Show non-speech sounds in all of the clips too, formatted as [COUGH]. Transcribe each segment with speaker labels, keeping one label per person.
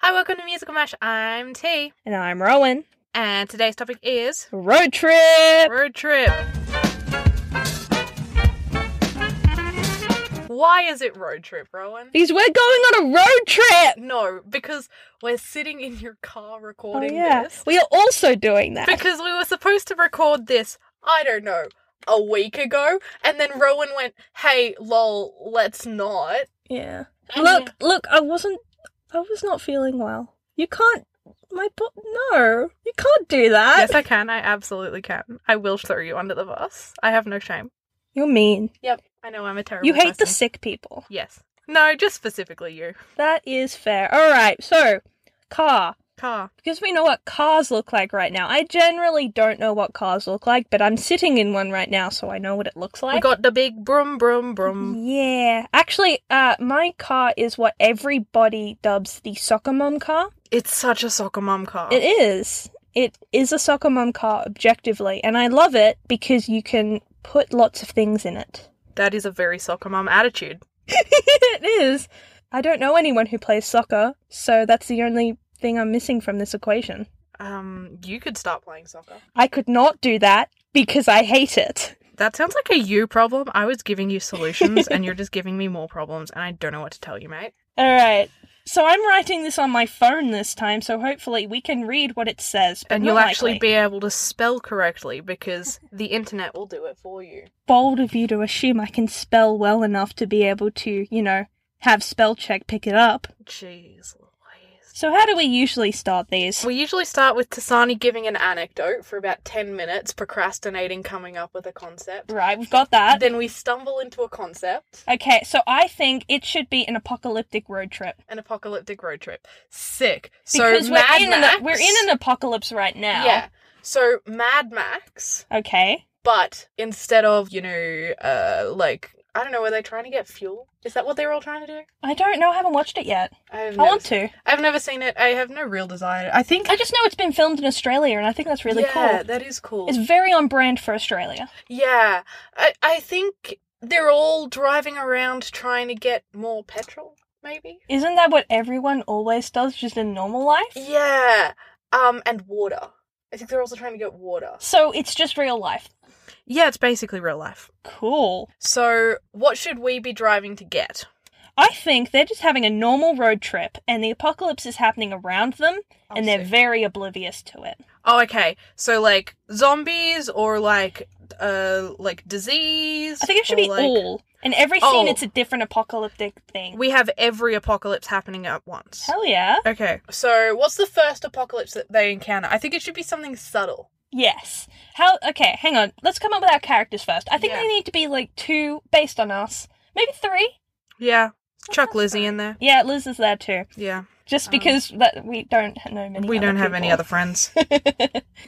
Speaker 1: Hi, welcome to Musical Mash. I'm T,
Speaker 2: And I'm Rowan.
Speaker 1: and today's topic is
Speaker 2: Road trip!
Speaker 1: road trip. Why is it road trip, Rowan?
Speaker 2: Because we're going on a road trip!
Speaker 1: No, because we're sitting in your car
Speaker 2: Oh,
Speaker 1: recording
Speaker 2: yeah.
Speaker 1: this.
Speaker 2: We are also doing that.
Speaker 1: Because we were supposed to record this, I don't know, a week ago, and then Rowan went, "Hey, lol, let's not."
Speaker 2: yeah.
Speaker 1: And
Speaker 2: Look, look, I wasn't. I was not feeling well. You can't. My butt. No. You can't do that.
Speaker 1: Yes, I can. I absolutely can. I will throw you under the bus. I have no shame.
Speaker 2: You're mean.
Speaker 1: Yep, I know I'm a terrible.
Speaker 2: You hate the
Speaker 1: person.
Speaker 2: sick people.
Speaker 1: Yes. No, just specifically you.
Speaker 2: That is fair. Alright, so, car.
Speaker 1: Car.
Speaker 2: Because we know what cars look like right now. I generally don't know what cars look like, but I'm sitting in one right now, so I know what Mm-hmm. it looks like.
Speaker 1: we got the big brum brum brum.
Speaker 2: Yeah. Actually, uh, my car is what everybody dubs the soccer mom car.
Speaker 1: It's such a soccer mum car.
Speaker 2: It is. It is a soccer mom car, objectively. And I love it because you can put lots of things in it. [LAUGHS]
Speaker 1: That is a very soccer mum attitude.
Speaker 2: it is. I don't know anyone who plays soccer, so that's the only thing I'm missing from this equation.
Speaker 1: Um, you could start playing soccer.
Speaker 2: I could not do that because I hate it.
Speaker 1: That sounds like a you problem. I was giving you
Speaker 2: [LAUGHS]
Speaker 1: solutions and you're just giving me more problems and I don't know what to tell you, mate.
Speaker 2: All right. So I'm writing this on my phone this time, so hopefully we can read what it says. but
Speaker 1: And you'll
Speaker 2: not
Speaker 1: actually
Speaker 2: likely.
Speaker 1: be able to spell correctly
Speaker 2: [LAUGHS]
Speaker 1: because the internet will do it for you.
Speaker 2: bold of you to assume I can spell well enough to be able to, you know, have spell check pick it up.
Speaker 1: Jeez Louise.
Speaker 2: So how do we usually start these?
Speaker 1: We usually start with Tasani giving an anecdote for about 10 minutes, procrastinating coming up with a concept.
Speaker 2: right, we've got that.
Speaker 1: Then we stumble into a concept.
Speaker 2: okay, so I think it should be an apocalyptic road trip.
Speaker 1: an apocalyptic road trip. Sick. So
Speaker 2: Because we're,
Speaker 1: Mad
Speaker 2: in
Speaker 1: Max,
Speaker 2: An, we're in an apocalypse right now.
Speaker 1: yeah. So Mad Max,
Speaker 2: Okay.
Speaker 1: but instead of you know, uh, like I don't know, were they trying to get fuel? Is that what they were all trying to do?
Speaker 2: I don't know, I haven't watched it yet.
Speaker 1: I, have
Speaker 2: I
Speaker 1: never
Speaker 2: want
Speaker 1: seen-
Speaker 2: to.
Speaker 1: I've never seen it. I have no real desire. I think
Speaker 2: I just know it's been filmed in Australia and I think that's really
Speaker 1: yeah,
Speaker 2: cool.
Speaker 1: That is cool.
Speaker 2: It's very on brand for Australia.
Speaker 1: yeah, I I think they're all driving around trying to get more petrol, maybe.
Speaker 2: Isn't that what everyone always does just in normal life?
Speaker 1: Yeah. Um, and water. I think they're also trying to get water.
Speaker 2: So it's just real life.
Speaker 1: Yeah, it's basically real life.
Speaker 2: Cool.
Speaker 1: So, what should we be driving to get?
Speaker 2: I think they're just having a normal road trip and the apocalypse is happening around them
Speaker 1: Oh,
Speaker 2: and they're
Speaker 1: sick.
Speaker 2: very oblivious to it.
Speaker 1: Oh, okay. So, like zombies or like uh like disease.
Speaker 2: I think it should
Speaker 1: or,
Speaker 2: be
Speaker 1: like-
Speaker 2: all. In every scene,
Speaker 1: Oh.
Speaker 2: it's a different apocalyptic thing.
Speaker 1: We have every apocalypse happening at once.
Speaker 2: Hell yeah.
Speaker 1: Okay. So, what's the first apocalypse that they encounter? I think it should be something subtle.
Speaker 2: Yes. How? Okay, hang on. Let's come up with our characters first. I think
Speaker 1: Yeah.
Speaker 2: they need to be like two based on us. Maybe three?
Speaker 1: Yeah. Chuck Lizzie in there.
Speaker 2: Yeah, Liz is there too.
Speaker 1: Yeah.
Speaker 2: Just
Speaker 1: Um,
Speaker 2: because that we don't know many.
Speaker 1: We
Speaker 2: other
Speaker 1: don't have any
Speaker 2: people.
Speaker 1: other
Speaker 2: [LAUGHS]
Speaker 1: friends.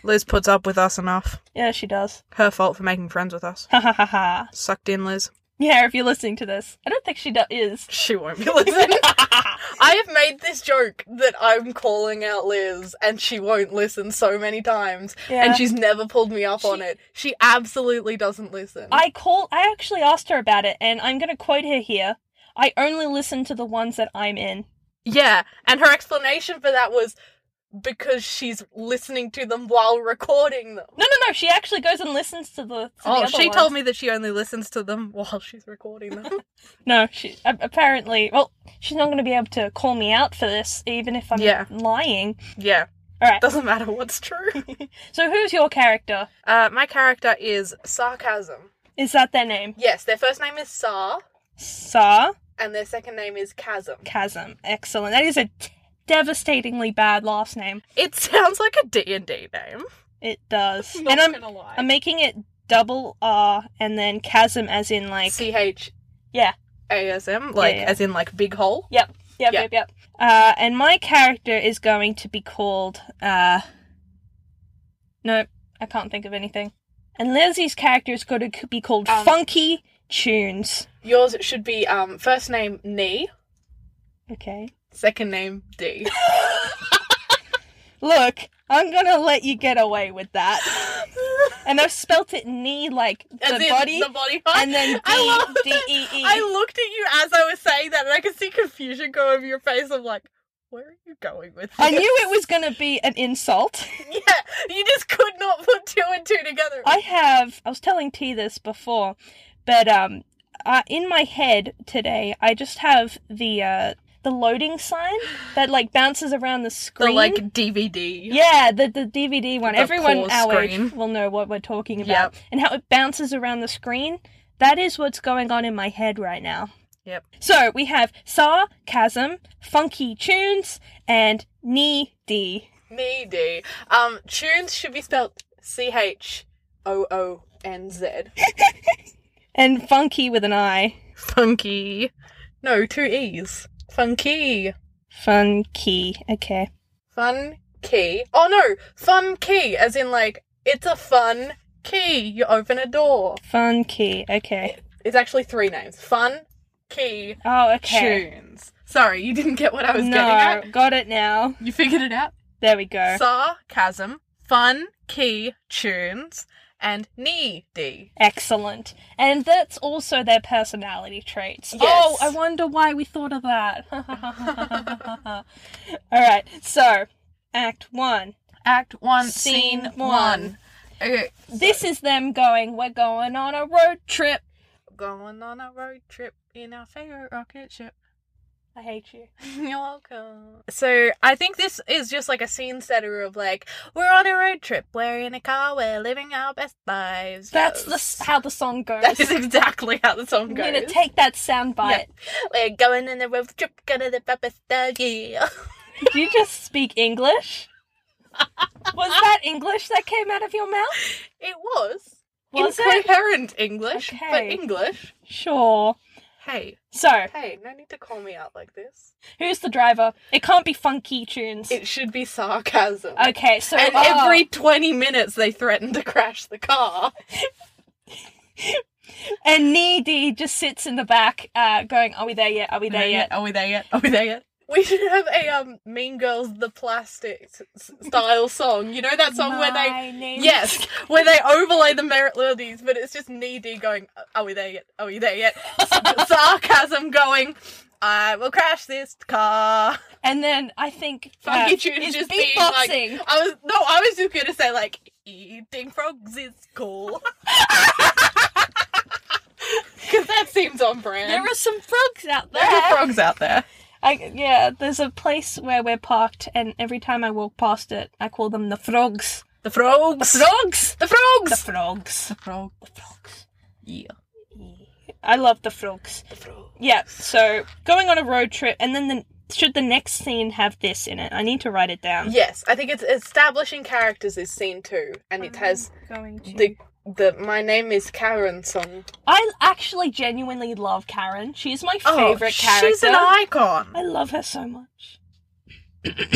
Speaker 1: Liz puts up with us enough.
Speaker 2: yeah, she does.
Speaker 1: Her fault for making friends with us.
Speaker 2: Ha ha ha ha.
Speaker 1: Sucked in, Liz.
Speaker 2: Yeah, if you're listening to this, I don't think she do- is.
Speaker 1: She won't be listening. I have made this joke that I'm calling out Liz and she won't listen so many times
Speaker 2: Yeah.
Speaker 1: and she's never pulled me up on
Speaker 2: She-
Speaker 1: it. She absolutely doesn't listen.
Speaker 2: I call. I actually asked her about it, and I'm going to quote her here. I only listen to the ones that I'm in.
Speaker 1: Yeah, and her explanation for that was because she's listening to them while recording them.
Speaker 2: No, no, no. She actually goes and listens to the. To the
Speaker 1: Oh,
Speaker 2: other
Speaker 1: she
Speaker 2: ones.
Speaker 1: told me that she only listens to them while she's recording
Speaker 2: [LAUGHS]
Speaker 1: them.
Speaker 2: No, she a- apparently. Well, she's not going to be able to call me out for this, even if I'm
Speaker 1: Yeah.
Speaker 2: lying.
Speaker 1: yeah,
Speaker 2: All right.
Speaker 1: doesn't matter what's true.
Speaker 2: So who's your character?
Speaker 1: Uh, my character is Sarcasm.
Speaker 2: Is that their name?
Speaker 1: Yes, their first name is Sar,
Speaker 2: Sa
Speaker 1: and their second name is Chasm.
Speaker 2: Chasm. Excellent. That is a t- devastatingly bad last name.
Speaker 1: It sounds like a D&D name.
Speaker 2: It does.
Speaker 1: Not
Speaker 2: and I'm
Speaker 1: gonna lie.
Speaker 2: I'm making it double R and then chasm as in like
Speaker 1: C-H-A-S-M,
Speaker 2: yeah.
Speaker 1: like,
Speaker 2: yeah.
Speaker 1: as in, like, big hole.
Speaker 2: Yep. Yep,
Speaker 1: Yeah.
Speaker 2: yep, yep. Uh, and my character is going to be called. Uh, no, I can't think of anything. And Leslie's character is going to be called
Speaker 1: Um,
Speaker 2: Funky Tunes.
Speaker 1: Yours should be, um, first name, Knee,
Speaker 2: Okay.
Speaker 1: second name,
Speaker 2: [LAUGHS]
Speaker 1: D.
Speaker 2: Look, I'm going to let you get away with that. and I've spelt it knee like
Speaker 1: As
Speaker 2: the
Speaker 1: in
Speaker 2: body.
Speaker 1: the body part.
Speaker 2: and then D-
Speaker 1: I love
Speaker 2: D-
Speaker 1: that
Speaker 2: E- E.
Speaker 1: I looked at you as I was saying that, and I could see confusion go over your face. I'm like, where are you going with this?
Speaker 2: I knew it was going to be an insult.
Speaker 1: [LAUGHS] Yeah, you just could not put two and two together.
Speaker 2: I have. I was telling T this before, but um, I, in my head today, I just have the uh, the loading sign that like bounces around the
Speaker 1: the
Speaker 2: screen.
Speaker 1: like DVD.
Speaker 2: yeah, the the DVD one.
Speaker 1: The
Speaker 2: Everyone
Speaker 1: pause
Speaker 2: our age
Speaker 1: screen.
Speaker 2: will know what we're talking
Speaker 1: Yep.
Speaker 2: about and how it bounces around the screen. That is what's going on in my head right now.
Speaker 1: Yep.
Speaker 2: So we have sarcasm, funky tunes, and knee D.
Speaker 1: Needy. Um, tunes should be spelled C H O O N Z.
Speaker 2: And funky with an I.
Speaker 1: Funky. No, two E's. Funky.
Speaker 2: Funky. Okay.
Speaker 1: Fun key. Oh no, fun key, as in like, it's a fun key. You open a door.
Speaker 2: Funky. Okay.
Speaker 1: It's actually three names. Fun, key,
Speaker 2: Oh, okay.
Speaker 1: tunes. Sorry, you didn't get what I was
Speaker 2: no,
Speaker 1: getting at.
Speaker 2: got it now.
Speaker 1: You figured it out?
Speaker 2: There we go.
Speaker 1: Sarcasm, fun, key, tunes, and knee D.
Speaker 2: Excellent. And that's also their personality traits.
Speaker 1: Yes.
Speaker 2: Oh, I wonder why we thought of that. [LAUGHS] All right. So, Act 1.
Speaker 1: Act one,
Speaker 2: Scene
Speaker 1: scene
Speaker 2: one.
Speaker 1: one. Okay.
Speaker 2: This is them going, we're going on a road trip.
Speaker 1: Going on a road trip in our favorite rocket ship. [LAUGHS]
Speaker 2: I hate you.
Speaker 1: You're welcome. So I think this is just like a scene setter of like, we're on a road trip, we're in a car, we're living our best lives.
Speaker 2: That's the,
Speaker 1: Yes.
Speaker 2: s- how the song goes.
Speaker 1: That is exactly how the song
Speaker 2: I'm
Speaker 1: goes.
Speaker 2: going to take that sound
Speaker 1: Yeah.
Speaker 2: bite.
Speaker 1: We're going on a road trip, gonna live our best lives, yeah. [LAUGHS]
Speaker 2: Did you just speak English? Was that English that came out of your mouth?
Speaker 1: It was.
Speaker 2: Was it?
Speaker 1: incoherent English, but
Speaker 2: Okay.
Speaker 1: English.
Speaker 2: Sure.
Speaker 1: Hey,
Speaker 2: So,
Speaker 1: hey, no need to call me out like this.
Speaker 2: Who's the driver? It can't be funky tunes.
Speaker 1: It should be sarcasm.
Speaker 2: okay, so
Speaker 1: and
Speaker 2: oh,
Speaker 1: every 20 minutes they threaten to crash the car.
Speaker 2: and Needy just sits in the back, uh, going, "Are we there yet? Are we there yet?"
Speaker 1: Are we there yet? Are we there yet? We should have a um, Mean Girls The Plastic s- s- style song. You know that song where
Speaker 2: My
Speaker 1: they.
Speaker 2: name is-
Speaker 1: Yes, where they overlay the merit melodies, but it's just needy going, Are we there yet? Are we there [LAUGHS] yet? S- Sarcasm going, I will crash this car.
Speaker 2: And then I think
Speaker 1: Funky
Speaker 2: uh,
Speaker 1: Tunes
Speaker 2: is
Speaker 1: just being like, "Oh,
Speaker 2: beatboxing.
Speaker 1: I was no, I was just gonna say like eating frogs is [LAUGHS] cool. Because that seems on brand.
Speaker 2: there are some frogs out there.
Speaker 1: There are frogs out there.
Speaker 2: I, yeah, there's a place where we're parked, and every time I walk past it, I call them the frogs.
Speaker 1: The frogs. The frogs. The frogs.
Speaker 2: The frogs.
Speaker 1: frog. The frogs. Yeah.
Speaker 2: I love the frogs.
Speaker 1: The frog.
Speaker 2: Yeah, so going on a road trip, and then the, should the next scene have this in it? I need to write it down.
Speaker 1: Yes, I think it's establishing characters is scene two, and it has
Speaker 2: Going to.
Speaker 1: the the my name is Karen song.
Speaker 2: I actually genuinely love Karen. She's my favorite character.
Speaker 1: Oh, She's an icon.
Speaker 2: I love her so much.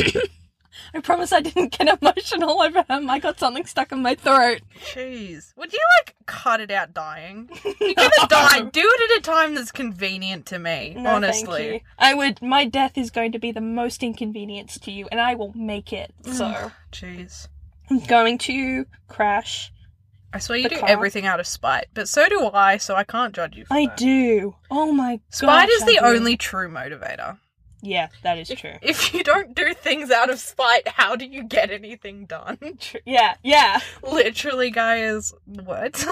Speaker 2: [COUGHS] I promise I didn't get emotional over him. I got something stuck in my throat.
Speaker 1: Jeez, would you like cut it out dying? You're gonna
Speaker 2: [LAUGHS]
Speaker 1: die. Do it at a time that's convenient to me.
Speaker 2: No,
Speaker 1: honestly.
Speaker 2: thank you. I would. My death is going to be the most inconvenience to you, and I will make it. So
Speaker 1: Mm, Jeez.
Speaker 2: I'm going to crash.
Speaker 1: I swear you
Speaker 2: The
Speaker 1: do
Speaker 2: car.
Speaker 1: everything out of spite, but so do I, so I can't judge you for
Speaker 2: I
Speaker 1: that.
Speaker 2: do. Oh my god.
Speaker 1: Spite is the only true motivator.
Speaker 2: Yeah, that is true.
Speaker 1: If you don't do things out of spite, how do you get anything done? [LAUGHS]
Speaker 2: Tr- Yeah, yeah.
Speaker 1: Literally, guys, what?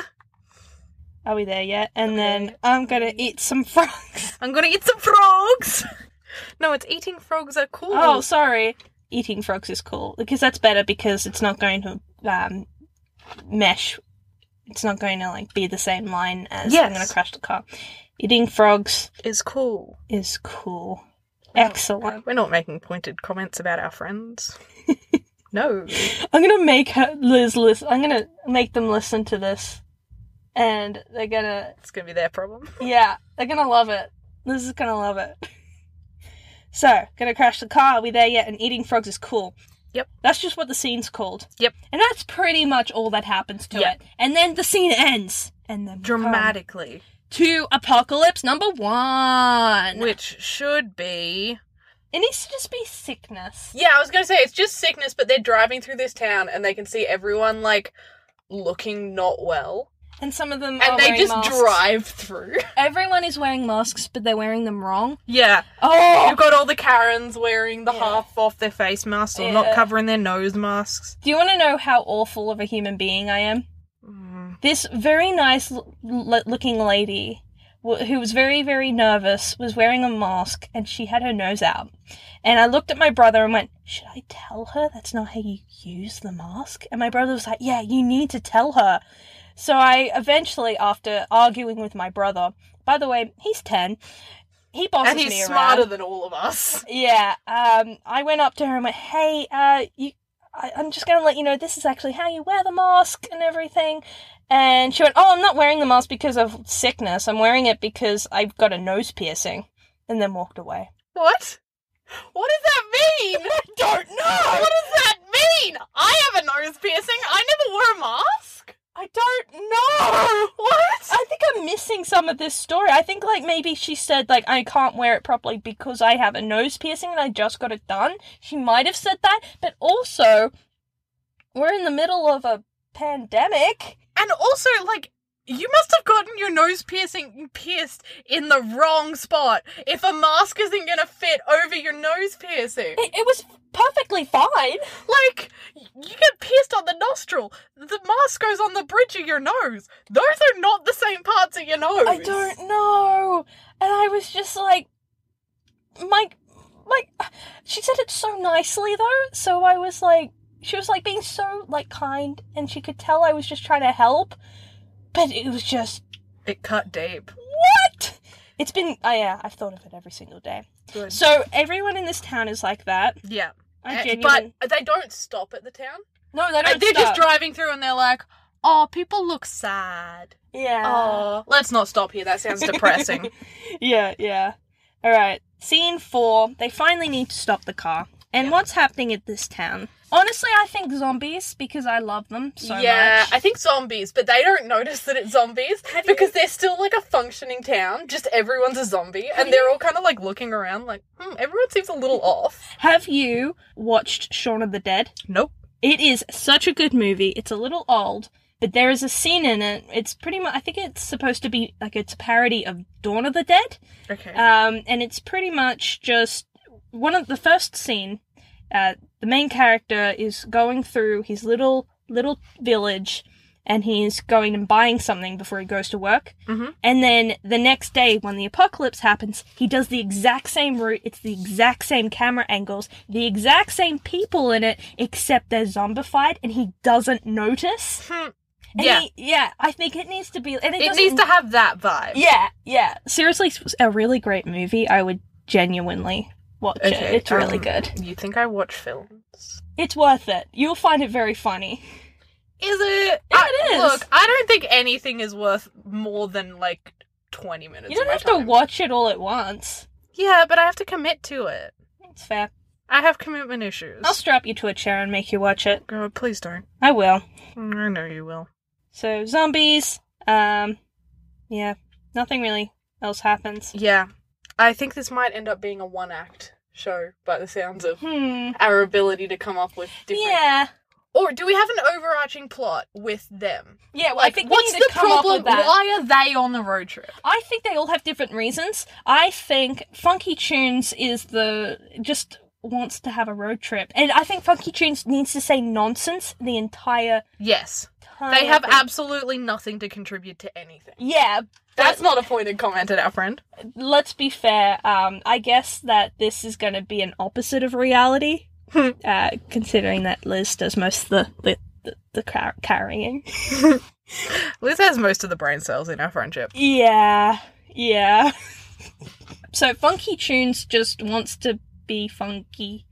Speaker 1: [LAUGHS]
Speaker 2: Are we there yet? And then I'm gonna eat some frogs.
Speaker 1: I'm gonna eat some frogs. [LAUGHS] No, it's eating frogs are cool.
Speaker 2: Oh, sorry. Eating frogs is cool because that's better because it's not going to um, mesh. It's not going to like be the same line as I'm gonna
Speaker 1: Yes.
Speaker 2: crash the car. Eating frogs
Speaker 1: is cool. Uh,
Speaker 2: is cool.
Speaker 1: Oh,
Speaker 2: Excellent.
Speaker 1: We're not making pointed comments about our
Speaker 2: [LAUGHS]
Speaker 1: friends. no.
Speaker 2: I'm gonna make her, Liz listen. I'm gonna make them listen to this, and they're gonna
Speaker 1: It's gonna be their problem.
Speaker 2: yeah, they're gonna love it. Liz is gonna love it. [LAUGHS] So, gonna crash the car. Are we there yet? And eating frogs is cool.
Speaker 1: Yep.
Speaker 2: That's just what the scene's called,
Speaker 1: Yep.
Speaker 2: and that's pretty much all that happens to
Speaker 1: Yeah.
Speaker 2: it. And then the scene ends, and then we come
Speaker 1: Dramatically.
Speaker 2: to apocalypse number one.
Speaker 1: Which should be.
Speaker 2: It needs to just be sickness.
Speaker 1: Yeah, I was gonna say it's just sickness, but they're driving through this town and they can see everyone like looking not well,
Speaker 2: And some of them are
Speaker 1: and they
Speaker 2: wearing
Speaker 1: just
Speaker 2: masks.
Speaker 1: drive through.
Speaker 2: Everyone is wearing masks, but they're wearing them wrong.
Speaker 1: [LAUGHS] Yeah.
Speaker 2: Oh,
Speaker 1: You've got all the Karens wearing the
Speaker 2: Yeah.
Speaker 1: half off their face masks or not
Speaker 2: Yeah.
Speaker 1: covering their nose masks.
Speaker 2: Do you want to know how awful of a human being I am?
Speaker 1: Mm.
Speaker 2: This very nice l- l- looking lady w- who was very, very nervous was wearing a mask and she had her nose out. And I looked at my brother and went, Should I tell her that's not how you use the mask? And my brother was like, Yeah, you need to tell her. So I eventually, after arguing with my brother, by the way, he's 10, he bosses
Speaker 1: and
Speaker 2: me
Speaker 1: he's
Speaker 2: around.
Speaker 1: smarter than all of us.
Speaker 2: Yeah. Um, I went up to her and went, "Hey, uh, you, I, I'm just gonna let you know this is actually how you wear the mask and everything." And she went, "Oh, I'm not wearing the mask because of sickness. I'm wearing it because I've got a nose piercing." And then walked away.
Speaker 1: [LAUGHS] What? What does that mean? I don't know. What does that mean? I have a nose piercing. I never wore a mask.
Speaker 2: I don't know.
Speaker 1: [LAUGHS] What?
Speaker 2: I think I'm missing some of this story. I think like maybe she said like I can't wear it properly because I have a nose piercing and I just got it done. She might have said that, but also we're in the middle of a pandemic.
Speaker 1: And also, like, you must have gotten your nose piercing pierced in the wrong spot if a mask isn't gonna fit over your nose piercing.
Speaker 2: It, it was perfectly fine.
Speaker 1: Like, you get pierced on the nostril, the mask goes on the bridge of your nose. Those are not the same parts of your nose.
Speaker 2: I don't know. And I was just like, my, my. She said it so nicely though, so I was like, she was like being so like kind, and she could tell I was just trying to help, but it was just
Speaker 1: It cut deep.
Speaker 2: what. It's been, oh yeah, I've thought of it every single day.
Speaker 1: Good.
Speaker 2: So everyone in this town is like that.
Speaker 1: yeah.
Speaker 2: I
Speaker 1: Eh,
Speaker 2: genuinely-
Speaker 1: But they don't stop at the town.
Speaker 2: No, they
Speaker 1: Like,
Speaker 2: don't.
Speaker 1: they're just
Speaker 2: stop.
Speaker 1: driving through and they're like, oh, people look sad.
Speaker 2: Yeah.
Speaker 1: Oh, let's not stop here. That
Speaker 2: [LAUGHS]
Speaker 1: sounds depressing.
Speaker 2: Yeah, yeah. All right. Scene four. They finally need to stop the car. And what's happening at this town? Honestly, I think zombies because I love them so
Speaker 1: yeah,
Speaker 2: much.
Speaker 1: I think zombies, but they don't notice that it's zombies because they're still like a functioning town. Just everyone's a zombie, and they're all kind of like looking around, like, hmm, everyone seems a little off.
Speaker 2: Have you watched Shaun of the Dead?
Speaker 1: Nope.
Speaker 2: It is such a good movie. It's a little old, but there is a scene in it. It's pretty much. I think it's supposed to be like it's a parody of Dawn of the Dead.
Speaker 1: Okay.
Speaker 2: Um, and it's pretty much just one of the first scene. Uh, the main character is going through his little little village, and he's going and buying something before he goes to work. Mm-hmm. And then the next day, when the apocalypse happens, he does the exact same route. It's the exact same camera angles, the exact same people in it, except they're zombified, and he doesn't notice.
Speaker 1: Hmm.
Speaker 2: And
Speaker 1: Yeah.
Speaker 2: he- yeah. I think it needs to be. And it,
Speaker 1: it
Speaker 2: doesn't-
Speaker 1: needs to have that vibe.
Speaker 2: yeah, yeah. Seriously, it was a really great movie. I would genuinely watch it. It's really
Speaker 1: um,
Speaker 2: good.
Speaker 1: You think I watch films?
Speaker 2: It's worth it. You'll find it very funny.
Speaker 1: Is it?
Speaker 2: Yeah,
Speaker 1: I-
Speaker 2: it is.
Speaker 1: Look, I don't think anything is worth more than like twenty minutes.
Speaker 2: you don't
Speaker 1: of my
Speaker 2: have
Speaker 1: time.
Speaker 2: to watch it all at once.
Speaker 1: Yeah, but I have to commit to it.
Speaker 2: It's fair.
Speaker 1: I have commitment issues.
Speaker 2: I'll strap you to a chair and make you watch it.
Speaker 1: God, please don't.
Speaker 2: I will.
Speaker 1: I know you will.
Speaker 2: So zombies. Um, yeah. Nothing really else happens.
Speaker 1: Yeah. I think this might end up being a one act show by the sounds of
Speaker 2: Hmm.
Speaker 1: our ability to come up with different
Speaker 2: Yeah.
Speaker 1: Or do we have an overarching plot with them?
Speaker 2: Yeah, well,
Speaker 1: Like,
Speaker 2: I think we
Speaker 1: what's
Speaker 2: need to
Speaker 1: the
Speaker 2: come
Speaker 1: problem?
Speaker 2: up with that.
Speaker 1: Why are they on the road trip?
Speaker 2: I think they all have different reasons. I think Funky Tunes is the just wants to have a road trip, and I think Funky Tunes needs to say nonsense the entire
Speaker 1: Yes.
Speaker 2: time.
Speaker 1: They have
Speaker 2: thing.
Speaker 1: absolutely nothing to contribute to anything.
Speaker 2: Yeah,
Speaker 1: That's not a pointed comment at our friend.
Speaker 2: let's be fair. Um, I guess that this is going to be an opposite of reality,
Speaker 1: Hmm.
Speaker 2: uh, considering that Liz does most of the the, the, the car- carrying.
Speaker 1: Liz has most of the brain cells in our friendship.
Speaker 2: Yeah, yeah. [LAUGHS] so Funky Tunes just wants to be funky.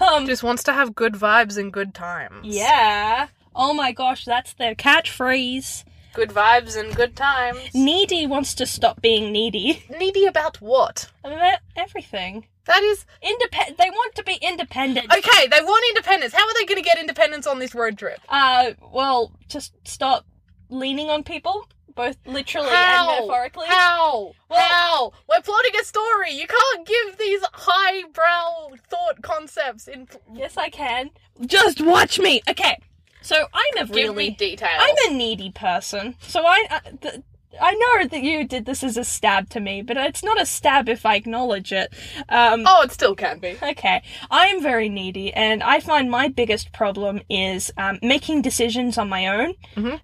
Speaker 2: um,
Speaker 1: Just wants to have good vibes and good times.
Speaker 2: yeah. Oh my gosh, that's their catchphrase.
Speaker 1: Good vibes and good times.
Speaker 2: Needy wants to stop being needy. [LAUGHS]
Speaker 1: Needy about what?
Speaker 2: About Everything.
Speaker 1: That is.
Speaker 2: Independent. They want to be independent.
Speaker 1: Okay, they want independence. How are they going to get independence on this road trip?
Speaker 2: Uh, well, just stop leaning on people, both literally
Speaker 1: How?
Speaker 2: and metaphorically.
Speaker 1: How?
Speaker 2: Well-
Speaker 1: How? We're plotting a story. You can't give these highbrow thought concepts in.
Speaker 2: Yes, I can. Just watch me. Okay. So I'm a really
Speaker 1: details.
Speaker 2: I'm a needy person, so I I, th- I know that you did this as a stab to me, but it's not a stab if I acknowledge it. Um,
Speaker 1: Oh, it still can be.
Speaker 2: Okay, I am very needy, and I find my biggest problem is um, making decisions on my own.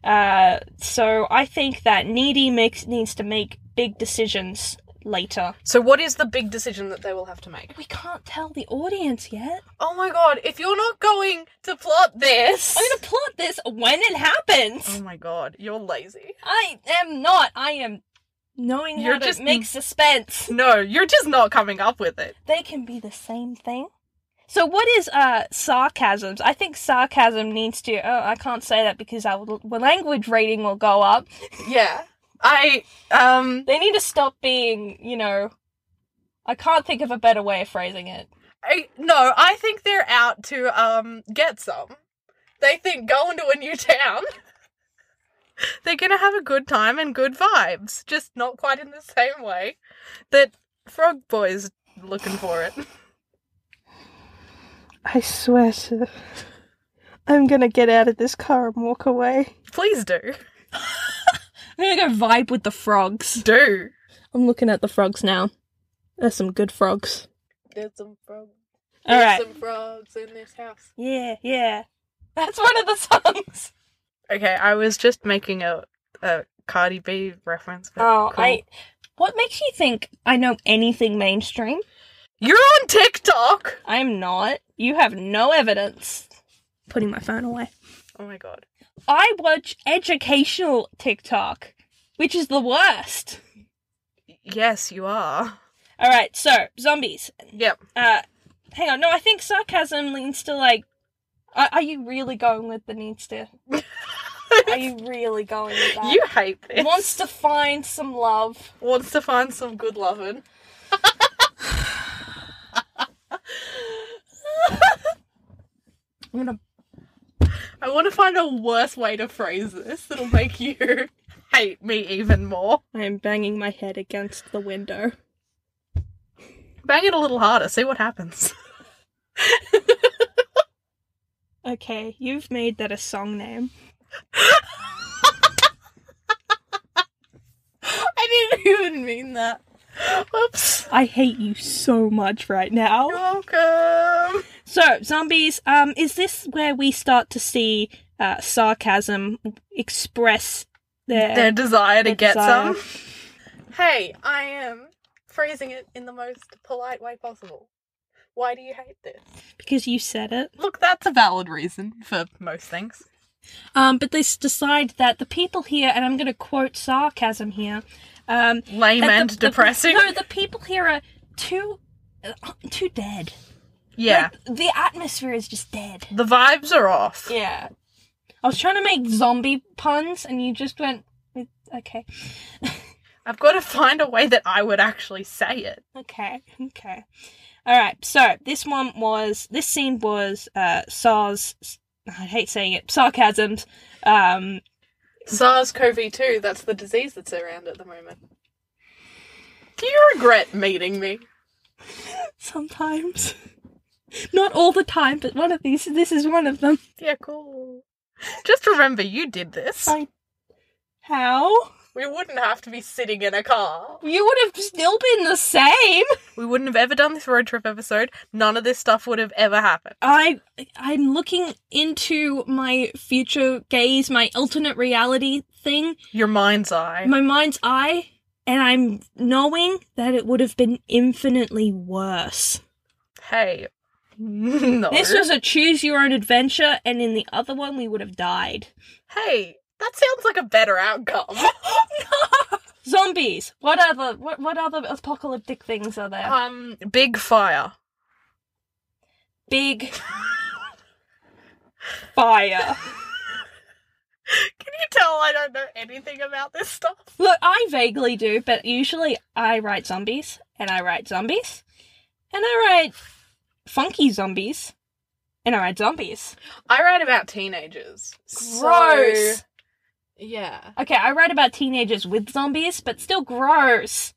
Speaker 2: Uh, so I think that needy makes needs to make big decisions later.
Speaker 1: So, what is the big decision that they will have to make?
Speaker 2: We can't tell the audience yet.
Speaker 1: Oh my god, if you're not going to plot this.
Speaker 2: I'm gonna plot this when it happens.
Speaker 1: [LAUGHS] Oh my god, you're lazy.
Speaker 2: I am not. I am knowing
Speaker 1: You're
Speaker 2: how to
Speaker 1: just-
Speaker 2: make suspense.
Speaker 1: No, you're just not coming up with it.
Speaker 2: they can be the same thing. So what is uh sarcasms? I think sarcasm needs to. Oh, I can't say that because our l- language rating will go up.
Speaker 1: Yeah. I, um,
Speaker 2: They need to stop being, you know. I can't think of a better way of phrasing it.
Speaker 1: I, no, I think they're out to, um, get some. They think going to a new [LAUGHS] town, they're gonna have a good time and good vibes. Just not quite in the same way that Frog Boy's looking for it. [LAUGHS]
Speaker 2: I swear to. I'm gonna get out of this car and walk away.
Speaker 1: Please do.
Speaker 2: I'm gonna go vibe with the frogs.
Speaker 1: Do.
Speaker 2: I'm looking at the frogs now. There's some good frogs.
Speaker 1: There's some frogs.
Speaker 2: All right.
Speaker 1: Some frogs in this house.
Speaker 2: Yeah, yeah. That's one of the [LAUGHS] songs.
Speaker 1: Okay, I was just making a, a Cardi B reference. but
Speaker 2: Oh,
Speaker 1: cool.
Speaker 2: I. What makes you think I know anything mainstream?
Speaker 1: You're on TikTok!
Speaker 2: I'm not. You have no evidence. Putting my phone away.
Speaker 1: Oh my god.
Speaker 2: I watch educational TikTok, which is the worst.
Speaker 1: Yes, you are.
Speaker 2: All right, so zombies.
Speaker 1: Yep.
Speaker 2: Uh, hang on. No, I think sarcasm leans to like. Are, are you really going with the needs to? Are [LAUGHS] you really going with that?
Speaker 1: You hate this.
Speaker 2: wants to find some love.
Speaker 1: Wants to find some good lovin'.
Speaker 2: I'm gonna
Speaker 1: I want to find a worse way to phrase this that'll make you [LAUGHS] hate me even more.
Speaker 2: I am banging my head against the window.
Speaker 1: Bang it a little harder, see what happens.
Speaker 2: Okay, you've made that a song name.
Speaker 1: [LAUGHS] I didn't even mean that. Oops.
Speaker 2: I hate you so much right now.
Speaker 1: Welcome.
Speaker 2: So, zombies, um, is this where we start to see uh, sarcasm express their,
Speaker 1: Their desire to
Speaker 2: their
Speaker 1: get
Speaker 2: desire?
Speaker 1: some. Hey, I am phrasing it in the most polite way possible. Why do you hate this?
Speaker 2: Because you said it.
Speaker 1: Look, that's a valid reason for most things.
Speaker 2: Um, but they s- decide that the people here, and I'm going to quote sarcasm here. Um,
Speaker 1: Lame
Speaker 2: that the-
Speaker 1: and
Speaker 2: the-
Speaker 1: depressing.
Speaker 2: no, the people here are too, uh, too dead.
Speaker 1: yeah.
Speaker 2: Like, the atmosphere is just dead.
Speaker 1: The vibes are off.
Speaker 2: Yeah. I was trying to make zombie puns and you just went with okay.
Speaker 1: I've got to find a way that I would actually say it.
Speaker 2: Okay. Okay. All right. So, this one was this scene was uh SARS I hate saying it. Sarcasms. Um
Speaker 1: SARS-CoV-2, that's the disease that's around at the moment. Do you regret meeting me?
Speaker 2: sometimes [LAUGHS] Not all the time, but one of these. This is one of them.
Speaker 1: Yeah, cool. Just remember, you did this.
Speaker 2: I... How?
Speaker 1: We wouldn't have to be sitting in a car.
Speaker 2: You would have still been the same.
Speaker 1: We wouldn't have ever done this road trip episode. None of this stuff would have ever happened.
Speaker 2: I I'm looking into my future gaze, my alternate reality thing,
Speaker 1: Your mind's eye.
Speaker 2: my mind's eye, and I'm knowing that it would have been infinitely worse.
Speaker 1: hey. [LAUGHS] No.
Speaker 2: This was a choose your own adventure, and in the other one, we would have died.
Speaker 1: Hey, that sounds like a better outcome. [LAUGHS]
Speaker 2: Zombies. What other what, what other apocalyptic things are there?
Speaker 1: um, big fire.
Speaker 2: Big fire.
Speaker 1: Can you tell I don't know anything about this stuff?
Speaker 2: Look, I vaguely do, but usually I write zombies, and I write zombies, and I write funky zombies, and I write zombies.
Speaker 1: I write about teenagers.
Speaker 2: Gross.
Speaker 1: So- yeah.
Speaker 2: Okay, I write about teenagers with zombies, but still gross.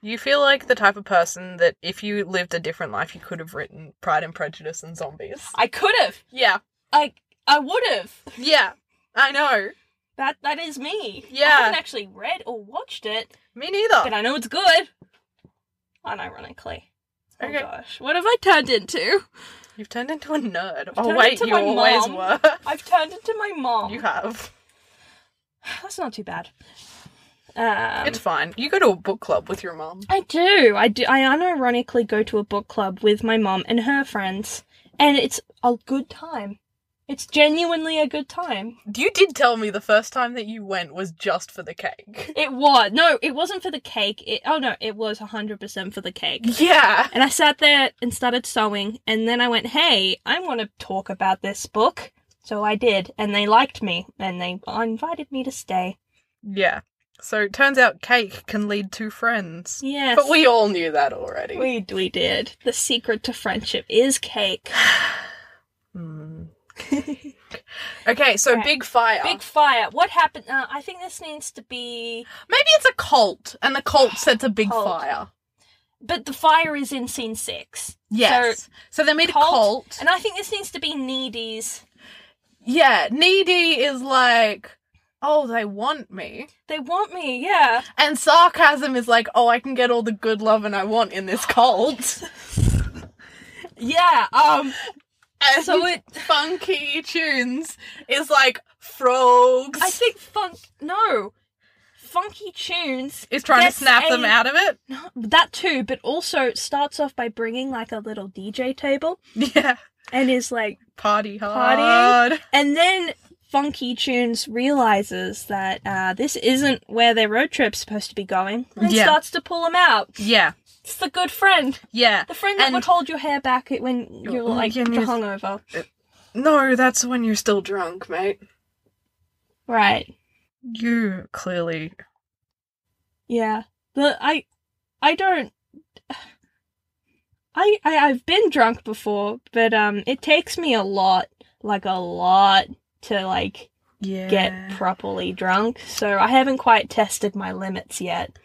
Speaker 1: You feel like the type of person that if you lived a different life, you could have written Pride and Prejudice and Zombies.
Speaker 2: I could have.
Speaker 1: Yeah.
Speaker 2: I I would have.
Speaker 1: Yeah. I know.
Speaker 2: That that is me. I
Speaker 1: Yeah.
Speaker 2: haven't actually read or watched it,
Speaker 1: Me neither.
Speaker 2: but I know it's good. Unironically. Oh
Speaker 1: Okay.
Speaker 2: gosh, what have I turned into?
Speaker 1: You've turned into a nerd.
Speaker 2: I've
Speaker 1: Oh,
Speaker 2: turned
Speaker 1: wait,
Speaker 2: into
Speaker 1: you
Speaker 2: my
Speaker 1: always
Speaker 2: mom.
Speaker 1: were.
Speaker 2: I've turned into my mom.
Speaker 1: You have.
Speaker 2: That's not too bad. Um,
Speaker 1: it's fine. You go to a book club with your mum.
Speaker 2: I do. I do. I unironically go to a book club with my mom and her friends, and it's a good time. It's genuinely a good time.
Speaker 1: You did tell me the first time that you went was just for the cake.
Speaker 2: It was no, it wasn't for the cake. It, oh no, it was hundred percent for the cake.
Speaker 1: Yeah.
Speaker 2: And I sat there and started sewing, and then I went, "Hey, I want to talk about this book." So I did, and they liked me, and they invited me to stay.
Speaker 1: Yeah. So it turns out cake can lead to friends.
Speaker 2: Yes,
Speaker 1: But we all knew that already.
Speaker 2: we we did. The secret to friendship is cake.
Speaker 1: Mm. okay, so
Speaker 2: Right.
Speaker 1: big fire.
Speaker 2: Big fire. What happened? Uh, I think this needs to be.
Speaker 1: Maybe it's a cult, and the
Speaker 2: [GASPS]
Speaker 1: cult sets a big
Speaker 2: Cult.
Speaker 1: fire.
Speaker 2: But the fire is in scene six.
Speaker 1: Yes.
Speaker 2: So,
Speaker 1: So, they made
Speaker 2: cult,
Speaker 1: a cult.
Speaker 2: And I think this needs to be Needy's.
Speaker 1: yeah, needy is like, oh, they want me.
Speaker 2: They want me, yeah.
Speaker 1: And sarcasm is like, oh, I can get all the good loving I want in this
Speaker 2: [LAUGHS]
Speaker 1: cult.
Speaker 2: Yeah, um.
Speaker 1: [LAUGHS] And
Speaker 2: So it-
Speaker 1: funky tunes is like frogs.
Speaker 2: I think Funk. No. Funky Tunes.
Speaker 1: is trying to
Speaker 2: gets
Speaker 1: snap
Speaker 2: a-
Speaker 1: them out of it. [LAUGHS]
Speaker 2: No, that too, but also starts off by bringing like a little DJ table
Speaker 1: Yeah,
Speaker 2: and is like.
Speaker 1: party hard.
Speaker 2: Partying. And then Funky Tunes realizes that uh, this isn't where their road trip's supposed to be going and
Speaker 1: Yeah.
Speaker 2: starts to pull them out.
Speaker 1: Yeah,
Speaker 2: It's the good friend.
Speaker 1: yeah.
Speaker 2: The friend that
Speaker 1: And-
Speaker 2: would hold your hair back it- when you're like
Speaker 1: you need-
Speaker 2: hungover.
Speaker 1: No, that's when you're still drunk, mate.
Speaker 2: Right.
Speaker 1: You clearly.
Speaker 2: Yeah. The I I don't [SIGHS] I, I I've been drunk before, but um it takes me a lot, like a lot to like
Speaker 1: Yeah.
Speaker 2: get properly drunk. So I haven't quite tested my limits yet.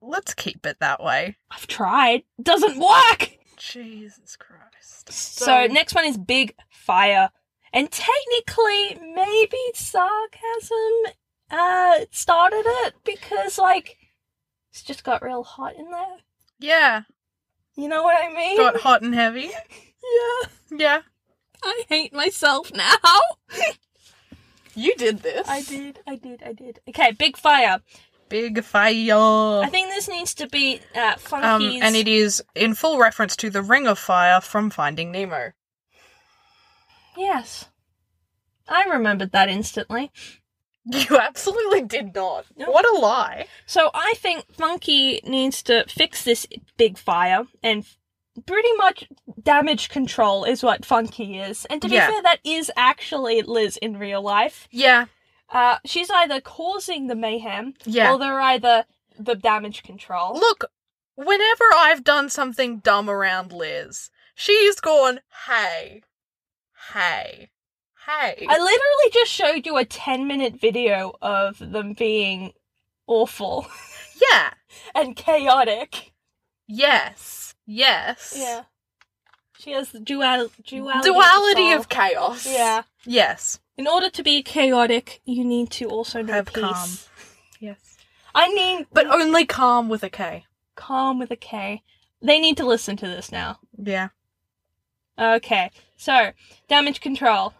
Speaker 1: Let's keep it that way.
Speaker 2: I've tried. Doesn't work.
Speaker 1: Jesus Christ.
Speaker 2: So, next one is big fire. And technically, maybe sarcasm uh started it because like it's just got real hot in there.
Speaker 1: Yeah.
Speaker 2: You know what I mean?
Speaker 1: Got hot and heavy.
Speaker 2: [LAUGHS] Yeah.
Speaker 1: Yeah.
Speaker 2: I hate myself now.
Speaker 1: You did this.
Speaker 2: I did, I did, I did. Oh. Okay, big fire.
Speaker 1: Big fire.
Speaker 2: I think this needs to be uh
Speaker 1: Um,
Speaker 2: Funky's
Speaker 1: and it is in full reference to the Ring of Fire from Finding Nemo.
Speaker 2: Yes. I remembered that instantly.
Speaker 1: You absolutely did not.
Speaker 2: No.
Speaker 1: What a lie.
Speaker 2: So I think Funky needs to fix this big fire and f- pretty much damage control is what Funky is. And to be
Speaker 1: Yeah.
Speaker 2: fair, that is actually Liz in real life.
Speaker 1: Yeah.
Speaker 2: Uh, she's either causing the mayhem
Speaker 1: Yeah.
Speaker 2: or they're either the damage control.
Speaker 1: Look, whenever I've done something dumb around Liz, she's gone, hey, hey, hey.
Speaker 2: I literally just showed you a 10 minute video of them being awful [LAUGHS]
Speaker 1: yeah.
Speaker 2: and chaotic.
Speaker 1: Yes. Yes.
Speaker 2: She has the dual duality,
Speaker 1: Duality
Speaker 2: soul.
Speaker 1: of chaos.
Speaker 2: Yeah.
Speaker 1: Yes.
Speaker 2: In order to be chaotic, you need to also know
Speaker 1: Have
Speaker 2: peace.
Speaker 1: calm. Yes.
Speaker 2: I mean,
Speaker 1: But only calm with a K.
Speaker 2: calm with a K. They need to listen to this now.
Speaker 1: Yeah.
Speaker 2: Okay, so damage control.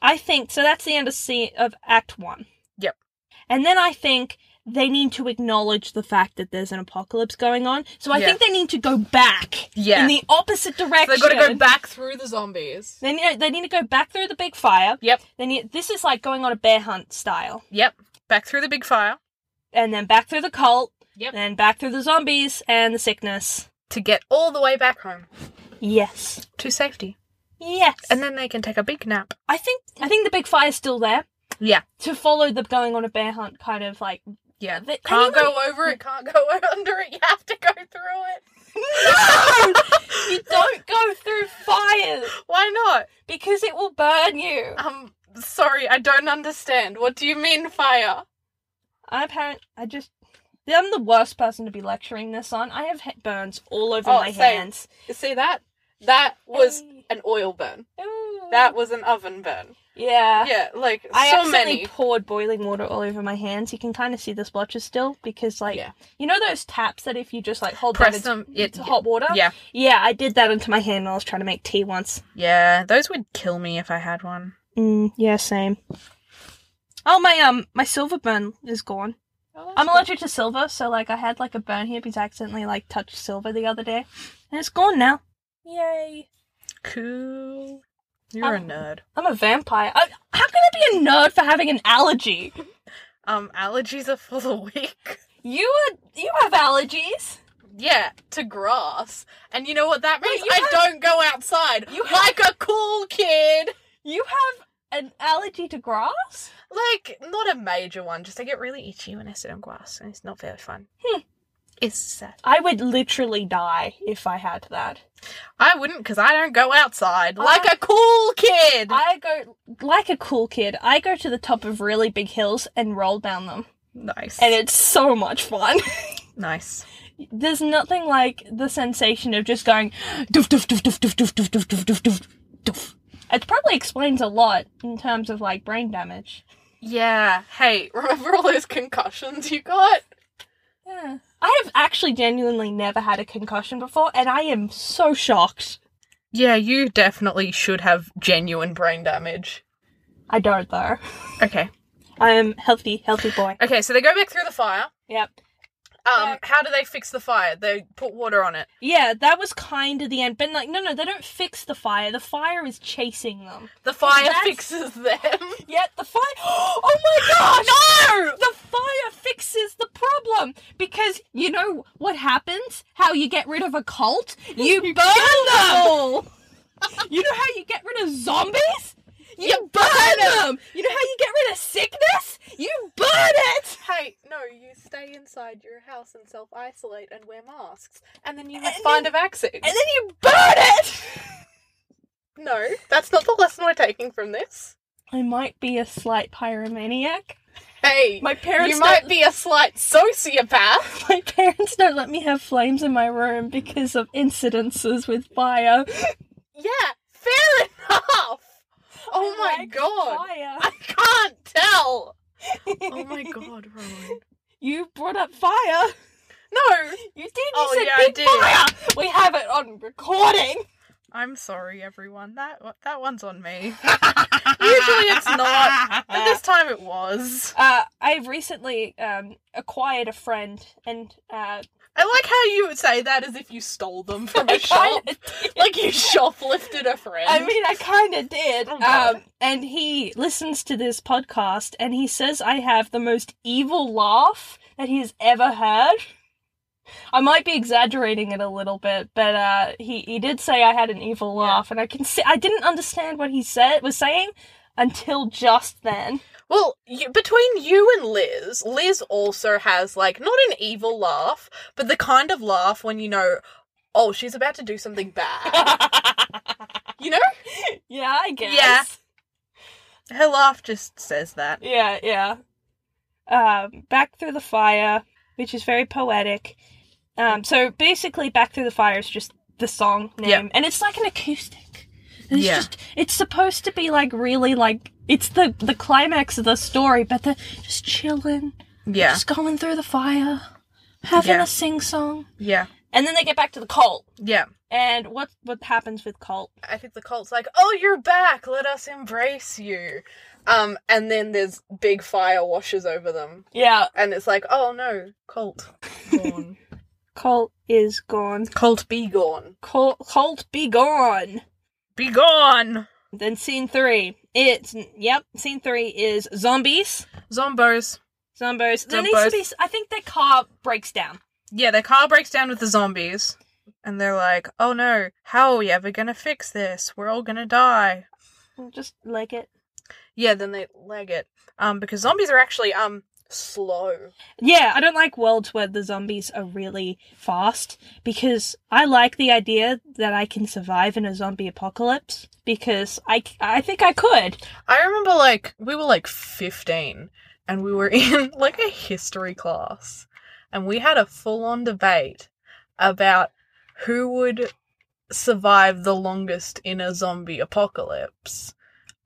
Speaker 2: I think so. That's the end of scene of Act One.
Speaker 1: Yep.
Speaker 2: And then I think they need to acknowledge the fact that there's an apocalypse going on. So I
Speaker 1: Yeah.
Speaker 2: think they need to go back
Speaker 1: Yeah.
Speaker 2: in the opposite
Speaker 1: So
Speaker 2: direction.
Speaker 1: they've got to go back through the zombies.
Speaker 2: They need, they need to go back through the big fire.
Speaker 1: Yep.
Speaker 2: They need, this is like going on a bear hunt style.
Speaker 1: Yep. Back through the big fire.
Speaker 2: And then back through the cult.
Speaker 1: Yep.
Speaker 2: Then back through the zombies and the sickness.
Speaker 1: To get all the way back home
Speaker 2: Yes.
Speaker 1: to safety.
Speaker 2: Yes.
Speaker 1: And then they can take a big nap.
Speaker 2: I think I think the big fire's still there.
Speaker 1: Yeah.
Speaker 2: to follow the going on a bear hunt kind of like
Speaker 1: Yeah.
Speaker 2: They-
Speaker 1: can't
Speaker 2: anyway-
Speaker 1: go over it, can't
Speaker 2: [LAUGHS]
Speaker 1: go under it. You have to go through it.
Speaker 2: no
Speaker 1: [LAUGHS]
Speaker 2: you don't go through fires
Speaker 1: Why not?
Speaker 2: because it will burn you
Speaker 1: Um, sorry, I don't understand. What do you mean fire?
Speaker 2: i apparent i just i'm the worst person to be lecturing this on i have he- burns all over
Speaker 1: Oh,
Speaker 2: my
Speaker 1: same.
Speaker 2: hands
Speaker 1: You see that? That was an oil burn.
Speaker 2: Ooh.
Speaker 1: That was an oven burn.
Speaker 2: yeah
Speaker 1: Yeah, like
Speaker 2: I
Speaker 1: so
Speaker 2: accidentally
Speaker 1: many.
Speaker 2: poured boiling water all over my hands. You can kind of see the splotches still because, like,
Speaker 1: Yeah.
Speaker 2: you know those taps that if you just like hold
Speaker 1: Press
Speaker 2: down,
Speaker 1: them,
Speaker 2: it's,
Speaker 1: it-
Speaker 2: it's hot water.
Speaker 1: yeah.
Speaker 2: yeah. I did that into my hand when I was trying to make tea once.
Speaker 1: Yeah, those would kill me if I had one.
Speaker 2: Mm, yeah, same. Oh my um my silver burn is gone. I'm allergic to silver, so like I had like a burn here because I accidentally like touched silver the other day. And it's gone now. Yay.
Speaker 1: Cool. You're
Speaker 2: Um,
Speaker 1: a nerd.
Speaker 2: I'm a vampire. I, how can I be a nerd for having an allergy?
Speaker 1: Um, allergies are for the [LAUGHS] weak.
Speaker 2: You are you have allergies.
Speaker 1: Yeah, to grass. And you know what that means?
Speaker 2: you
Speaker 1: I
Speaker 2: have-
Speaker 1: don't go outside.
Speaker 2: You have-
Speaker 1: like a cool kid.
Speaker 2: You have an allergy to grass?
Speaker 1: Like, not a major one, just I get really itchy when I sit on grass, and it's not very fun.
Speaker 2: Hmm.
Speaker 1: It's sad.
Speaker 2: I would literally die if I had that.
Speaker 1: I wouldn't, because I don't go outside. Like
Speaker 2: I-
Speaker 1: a cool kid!
Speaker 2: I go like a cool kid. I go to the top of really big hills and roll down them.
Speaker 1: Nice.
Speaker 2: And it's so much fun. [LAUGHS]
Speaker 1: Nice.
Speaker 2: There's nothing like the sensation of just going doof doof doof doof doof doof doof doof doof doof doof doof. It probably explains a lot in terms of like brain damage.
Speaker 1: Yeah. Hey, remember all those concussions you got?
Speaker 2: Yeah. I have actually genuinely never had a concussion before and I am so shocked.
Speaker 1: Yeah, you definitely should have genuine brain damage.
Speaker 2: I don't though.
Speaker 1: Okay.
Speaker 2: I am healthy, healthy boy.
Speaker 1: Okay, so they go back through the fire.
Speaker 2: Yep.
Speaker 1: Um,
Speaker 2: Back.
Speaker 1: how do they fix the fire? They put water on it.
Speaker 2: Yeah, that was kind of the end. But like no no, they don't fix the fire. The fire is chasing them.
Speaker 1: The fire
Speaker 2: That's-
Speaker 1: fixes them.
Speaker 2: Yet the fire. [GASPS] Oh my gosh! No! The fire fixes the problem because you know what happens? How you get rid of a cult? [LAUGHS] You burn them all! [LAUGHS] you know how you get rid of zombies? You, burn them! You know how you get rid of sickness? You burn it!
Speaker 1: [LAUGHS] Hey, no, you stay inside your house and self isolate and wear masks. And then you would
Speaker 2: And
Speaker 1: find
Speaker 2: then-
Speaker 1: a vaccine.
Speaker 2: And then you burn it!
Speaker 1: no, that's not the lesson we're taking from this.
Speaker 2: I might be a slight pyromaniac.
Speaker 1: Hey,
Speaker 2: My parents
Speaker 1: you might
Speaker 2: don't-
Speaker 1: be a slight sociopath.
Speaker 2: My parents don't let me have flames in my room because of incidences with fire.
Speaker 1: Yeah, fair enough. Oh my
Speaker 2: Like
Speaker 1: god.
Speaker 2: Fire.
Speaker 1: I can't
Speaker 2: [LAUGHS]
Speaker 1: tell. Oh my god, Rowan.
Speaker 2: You brought up fire.
Speaker 1: No,
Speaker 2: You did. You
Speaker 1: Oh,
Speaker 2: said
Speaker 1: yeah, I
Speaker 2: big
Speaker 1: did.
Speaker 2: fire. We have it on recording.
Speaker 1: I'm sorry, everyone. That that one's on [LAUGHS] me. Usually it's not, but this time it was.
Speaker 2: Uh, I've recently um, acquired a friend, and uh,
Speaker 1: I like how you would say that as if you stole them from [LAUGHS] a
Speaker 2: I
Speaker 1: shop,
Speaker 2: kinda did.
Speaker 1: like you shoplifted a friend.
Speaker 2: I mean, I kind of did.
Speaker 1: Oh, God.
Speaker 2: um, and he listens to this podcast, and he says I have the most evil laugh that he has ever heard. I might be exaggerating it a little bit, but uh, he he did say I had an evil laugh, and I can see I didn't understand what he said was saying until just then.
Speaker 1: well, you, between you and Liz, Liz also has like not an evil laugh, but the kind of laugh when you know, oh, she's about to do something bad. [LAUGHS] you know,
Speaker 2: Yeah, I guess.
Speaker 1: Yeah. her laugh just says that.
Speaker 2: Yeah, yeah. Um, back through the fire, which is very poetic. Um, so basically, back through the fire is just the song name,
Speaker 1: Yep.
Speaker 2: and it's like an acoustic. And It's
Speaker 1: Yeah.
Speaker 2: just it's supposed to be like really like it's the the climax of the story, but they're just chilling,
Speaker 1: Yeah.
Speaker 2: just going through the fire, having
Speaker 1: Yeah.
Speaker 2: a sing song,
Speaker 1: Yeah.
Speaker 2: and then they get back to the cult.
Speaker 1: Yeah.
Speaker 2: And what what happens with cult?
Speaker 1: I think the cult's like, "Oh, you're back. Let us embrace you." Um, and then there's big fire washes over them,
Speaker 2: Yeah,
Speaker 1: and it's like, "Oh no, cult [LAUGHS] gone.
Speaker 2: cult is gone.
Speaker 1: cult be gone.
Speaker 2: Cult, cult be gone.
Speaker 1: Be gone."
Speaker 2: Then scene three. It's yep. Scene three is zombies.
Speaker 1: Zombos.
Speaker 2: Zombos. There needs to
Speaker 1: Zombos.
Speaker 2: be. s- I think their car breaks down.
Speaker 1: Yeah, their car breaks down with the zombies, and they're like, "Oh no, how are we ever gonna fix this? We're all gonna die."
Speaker 2: Just like it.
Speaker 1: Yeah, then they leg it, um, because zombies are actually um slow.
Speaker 2: Yeah, I don't like worlds where the zombies are really fast because I like the idea that I can survive in a zombie apocalypse because I, c- I think I could.
Speaker 1: I remember like we were like 15 and we were [LAUGHS] in like a history class and we had a full-on debate about who would survive the longest in a zombie apocalypse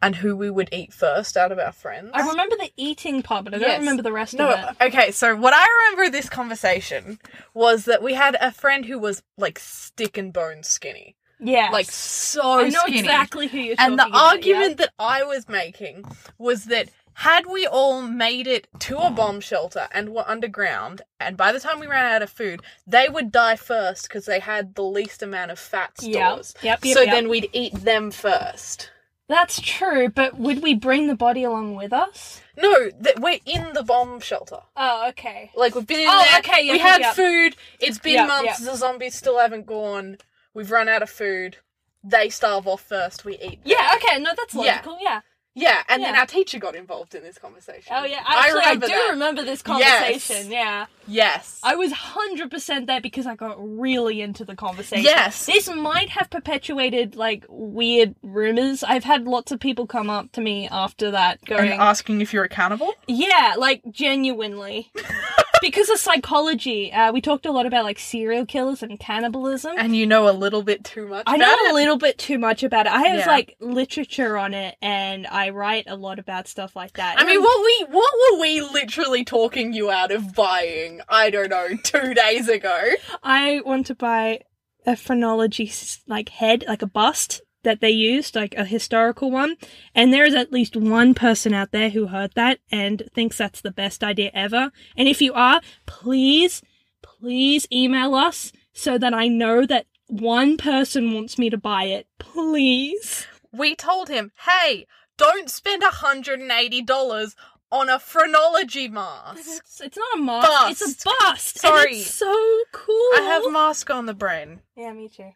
Speaker 1: and who we would eat first out of our friends.
Speaker 2: I remember the eating part, but I don't
Speaker 1: Yes.
Speaker 2: remember the rest
Speaker 1: No, uh,
Speaker 2: of it.
Speaker 1: okay, so what I remember this conversation was that we had a friend who was like stick and bone skinny.
Speaker 2: Yeah,
Speaker 1: Like so
Speaker 2: I know
Speaker 1: skinny
Speaker 2: exactly who you're
Speaker 1: and the
Speaker 2: talking about, yeah.
Speaker 1: argument that I was making was that had we all made it to a bomb shelter and were underground, and by the time we ran out of food, they would die first because they had the least amount of fat
Speaker 2: Yeah.
Speaker 1: stores.
Speaker 2: Yep, yep,
Speaker 1: so
Speaker 2: yep.
Speaker 1: then we'd eat them first.
Speaker 2: That's true, but would we bring the body along with us?
Speaker 1: No, that we're in the bomb shelter.
Speaker 2: Oh, okay.
Speaker 1: Like we've been in
Speaker 2: Oh,
Speaker 1: there.
Speaker 2: okay, yeah,
Speaker 1: we
Speaker 2: yeah,
Speaker 1: had
Speaker 2: yeah.
Speaker 1: food. It's been
Speaker 2: Yeah,
Speaker 1: months.
Speaker 2: yeah.
Speaker 1: The zombies still haven't gone. We've run out of food. They starve off first. We eat.
Speaker 2: Yeah, okay. No, that's
Speaker 1: Yeah.
Speaker 2: logical. Yeah.
Speaker 1: Yeah, and then
Speaker 2: Yeah.
Speaker 1: our teacher got involved in this conversation.
Speaker 2: Oh, yeah. Actually, I, do
Speaker 1: that.
Speaker 2: remember this
Speaker 1: Yes.
Speaker 2: conversation. Yeah.
Speaker 1: Yes.
Speaker 2: I was 100% there because I got really into the conversation.
Speaker 1: Yes.
Speaker 2: This might have perpetuated, like, weird rumors. I've had lots of people come up to me after that
Speaker 1: and
Speaker 2: going,
Speaker 1: asking if you're accountable.
Speaker 2: yeah, like,
Speaker 1: [LAUGHS]
Speaker 2: genuinely. because of psychology, uh, we talked a lot about, like, serial killers and cannibalism.
Speaker 1: And you know a little bit too much.
Speaker 2: I
Speaker 1: about
Speaker 2: know
Speaker 1: it.
Speaker 2: a little bit too much about it. I have
Speaker 1: Yeah.
Speaker 2: like literature on it, and I write a lot about stuff like that.
Speaker 1: I mean,
Speaker 2: And-
Speaker 1: what we what were we literally talking you out of buying? I don't know, [LAUGHS] two days ago.
Speaker 2: I want to buy a phrenology s- like head, like a bust that they used, like a historical one. And there is at least one person out there who heard that and thinks that's the best idea ever. And if you are, please, please email us so that I know that one person wants me to buy it. Please.
Speaker 1: We told him, hey, don't spend hundred and eighty dollars on a phrenology mask.
Speaker 2: It's, it's not a mask. It's a
Speaker 1: Bust.
Speaker 2: bust.
Speaker 1: Sorry.
Speaker 2: And it's so cool.
Speaker 1: I have mask on the brain.
Speaker 2: yeah, me too.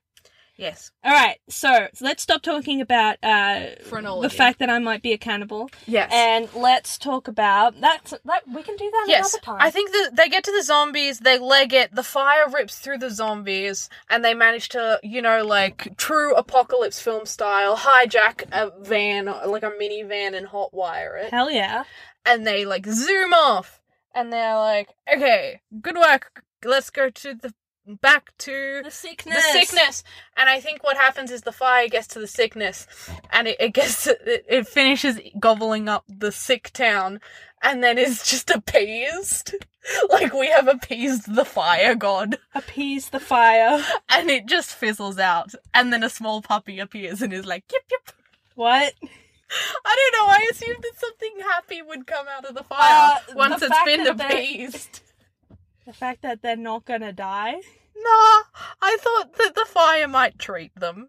Speaker 1: Yes.
Speaker 2: All right, so let's stop talking about uh,
Speaker 1: Phrenology.
Speaker 2: the fact that I might be a cannibal,
Speaker 1: Yes.
Speaker 2: and let's talk about that's that we can do that
Speaker 1: Yes,
Speaker 2: another time.
Speaker 1: I think that they get to the zombies, they leg it, the fire rips through the zombies, and they manage to, you know, like true apocalypse film style, hijack a van, like a minivan, and hotwire it.
Speaker 2: hell yeah,
Speaker 1: And they like zoom off, and they're like, okay, good work, let's go to the back to
Speaker 2: the sickness,
Speaker 1: the sickness and i think what happens is the fire gets to the sickness and it, it gets [LAUGHS] it, it finishes gobbling up the sick town and then is just appeased [LAUGHS] like we have appeased the fire god [LAUGHS]
Speaker 2: appease the fire. [LAUGHS]
Speaker 1: and it just fizzles out and then a small puppy appears and is like yip yip
Speaker 2: What?
Speaker 1: i don't know i assumed that something happy would come out of the fire
Speaker 2: Uh,
Speaker 1: once
Speaker 2: the
Speaker 1: it's
Speaker 2: fact
Speaker 1: been
Speaker 2: that they-
Speaker 1: appeased [LAUGHS]
Speaker 2: The fact that they're not gonna die.
Speaker 1: nah i thought that the fire might treat them